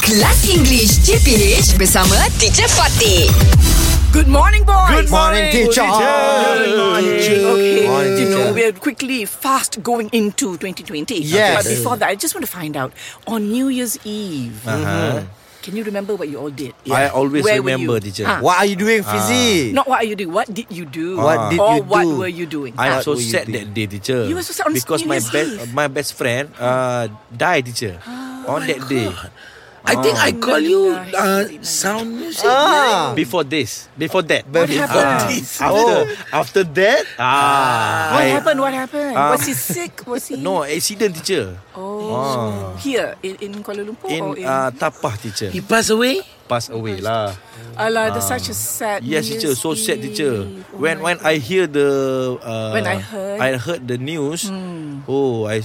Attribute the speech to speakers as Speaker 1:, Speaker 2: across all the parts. Speaker 1: Kelas English CPH bersama Teacher Fatih.
Speaker 2: Good morning, boys.
Speaker 3: Good morning, teacher.
Speaker 2: Good morning.
Speaker 3: Teacher.
Speaker 2: Okay,
Speaker 3: Morning,
Speaker 2: you know
Speaker 3: teacher.
Speaker 2: we're quickly fast going into 2020.
Speaker 3: Yes.
Speaker 2: But before that, I just want to find out on New Year's Eve.
Speaker 3: Uh-huh.
Speaker 2: mm-hmm, Can you remember what you all did?
Speaker 4: I always
Speaker 2: Where were
Speaker 4: remember,
Speaker 2: you?
Speaker 4: teacher.
Speaker 2: Ah.
Speaker 3: What are you doing, Fizi?
Speaker 2: Not what are you doing? What did you do?
Speaker 3: What did
Speaker 2: or
Speaker 3: you
Speaker 2: what
Speaker 3: do?
Speaker 2: were you doing? Ah.
Speaker 4: I'm so
Speaker 3: what you
Speaker 4: sad
Speaker 3: did.
Speaker 4: that day, teacher.
Speaker 2: You were so sad on
Speaker 4: because
Speaker 2: New
Speaker 4: my
Speaker 2: Year's
Speaker 4: best
Speaker 2: Eve.
Speaker 4: my best friend uh, died, teacher,
Speaker 2: Ah. Oh
Speaker 4: on that day.
Speaker 5: I think I call you uh,
Speaker 2: Nice.
Speaker 5: sound music.
Speaker 3: Ah.
Speaker 4: Before this, before that,
Speaker 3: What
Speaker 4: Ah,
Speaker 2: happened?
Speaker 4: after after that, ah,
Speaker 2: Oh. what
Speaker 4: I-
Speaker 2: happened? What happened?
Speaker 4: Ah.
Speaker 2: was he sick? Was he?
Speaker 4: No accident, teacher.
Speaker 2: Oh. Here in, in Kuala Lumpur or
Speaker 4: In
Speaker 2: in?
Speaker 4: uh, Tapah, teacher,
Speaker 5: He passed away.
Speaker 4: pass away lah.
Speaker 2: Alah, that's such a sad.
Speaker 4: ah. Yes,
Speaker 2: New
Speaker 4: teacher.
Speaker 2: Year's
Speaker 4: So sad, teacher.
Speaker 2: Eve. Oh
Speaker 4: when
Speaker 2: my
Speaker 4: when I hear the uh,
Speaker 2: When I heard. Hmm.
Speaker 4: I heard the news. Oh, I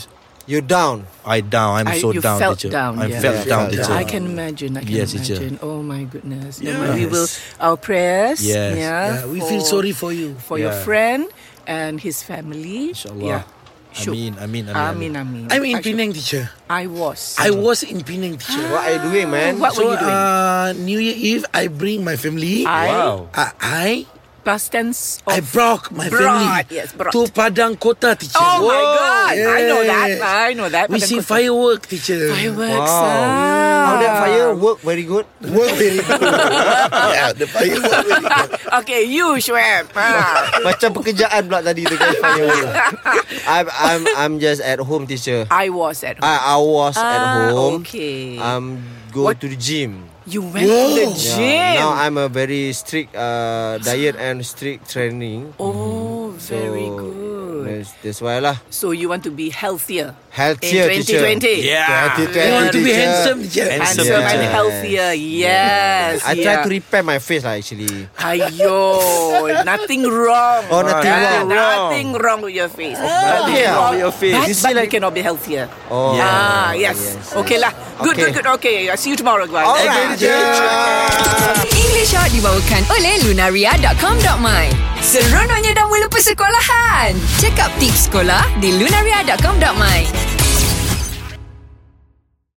Speaker 3: You're down.
Speaker 4: I down. I'm
Speaker 2: I-
Speaker 4: so
Speaker 2: you
Speaker 4: down,
Speaker 2: felt
Speaker 4: teacher.
Speaker 2: down,
Speaker 4: I
Speaker 2: yeah.
Speaker 4: felt
Speaker 3: Yeah.
Speaker 4: down,
Speaker 3: Yeah.
Speaker 4: teacher.
Speaker 2: I can imagine. I can
Speaker 4: Yes, teacher.
Speaker 2: imagine. Oh my goodness. No,
Speaker 4: Yes.
Speaker 2: but we will our prayers.
Speaker 4: Yes.
Speaker 2: Yeah.
Speaker 5: Yeah, we feel sorry for you.
Speaker 2: for your
Speaker 4: Yeah.
Speaker 2: friend and his family.
Speaker 4: Insyaallah. I
Speaker 2: Shoot.
Speaker 4: mean, I mean, I
Speaker 2: Amin,
Speaker 4: mean.
Speaker 2: amin.
Speaker 5: I'm in
Speaker 2: Actually,
Speaker 5: Penang, teacher.
Speaker 2: I was.
Speaker 5: I was in Penang, teacher.
Speaker 3: What are you doing, man?
Speaker 2: What
Speaker 5: so,
Speaker 2: were you doing?
Speaker 5: Uh, New Year Eve, I bring my family.
Speaker 2: I
Speaker 4: Wow.
Speaker 5: Uh, I
Speaker 2: past tense of.
Speaker 5: I brought my
Speaker 2: Brought,
Speaker 5: family
Speaker 2: yes, brought.
Speaker 5: to Padang Kota, teacher.
Speaker 2: oh my God! I know that.
Speaker 5: Yes.
Speaker 2: I know that.
Speaker 5: We
Speaker 2: Padang
Speaker 5: see
Speaker 2: Kota.
Speaker 5: firework, teacher.
Speaker 2: Fireworks.
Speaker 3: Wow.
Speaker 2: ah.
Speaker 3: How that fire work very good?
Speaker 5: Work very good. yeah, the firework. Very good.
Speaker 2: okay, you Shweb. Ah.
Speaker 3: Macam pekerjaan pula tadi tu kan fire work. I'm I'm I'm just at home, teacher.
Speaker 2: I was at home.
Speaker 3: I I was at
Speaker 2: Ah,
Speaker 3: home.
Speaker 2: okay.
Speaker 3: I'm go
Speaker 2: What-
Speaker 3: to the gym.
Speaker 2: you went to the
Speaker 3: Yeah,
Speaker 2: gym.
Speaker 3: Now I'm a very strict uh, diet and strict training.
Speaker 2: oh, very
Speaker 3: So,
Speaker 2: good.
Speaker 3: That's, that's why lah.
Speaker 2: So you want to be healthier
Speaker 3: Healthier,
Speaker 2: in
Speaker 3: teacher.
Speaker 2: 2020.
Speaker 4: Yeah.
Speaker 5: You want to be
Speaker 3: 2020, teacher.
Speaker 5: handsome, teacher.
Speaker 2: Handsome
Speaker 4: Handsome,
Speaker 2: and
Speaker 4: yeah.
Speaker 2: healthier. Yes.
Speaker 3: I
Speaker 2: yeah.
Speaker 3: try to repair my face lah actually.
Speaker 2: Ayo, nothing wrong.
Speaker 3: Oh, nothing
Speaker 2: Yeah,
Speaker 3: wrong.
Speaker 2: Nothing wrong with your face. Nothing
Speaker 3: yeah.
Speaker 2: wrong
Speaker 4: With your face.
Speaker 2: But,
Speaker 3: You see
Speaker 2: but
Speaker 3: like-
Speaker 2: we cannot be healthier.
Speaker 3: Oh.
Speaker 2: Ah, yes. okay lah. Good, good,
Speaker 3: Okay.
Speaker 2: good. Okay, I see you tomorrow, guys.
Speaker 3: Alright, teacher.
Speaker 1: English Hot dibawakan oleh Lunaria.com.my Seronoknya dah mula persekolahan. Check up tips sekolah di Lunaria.com.my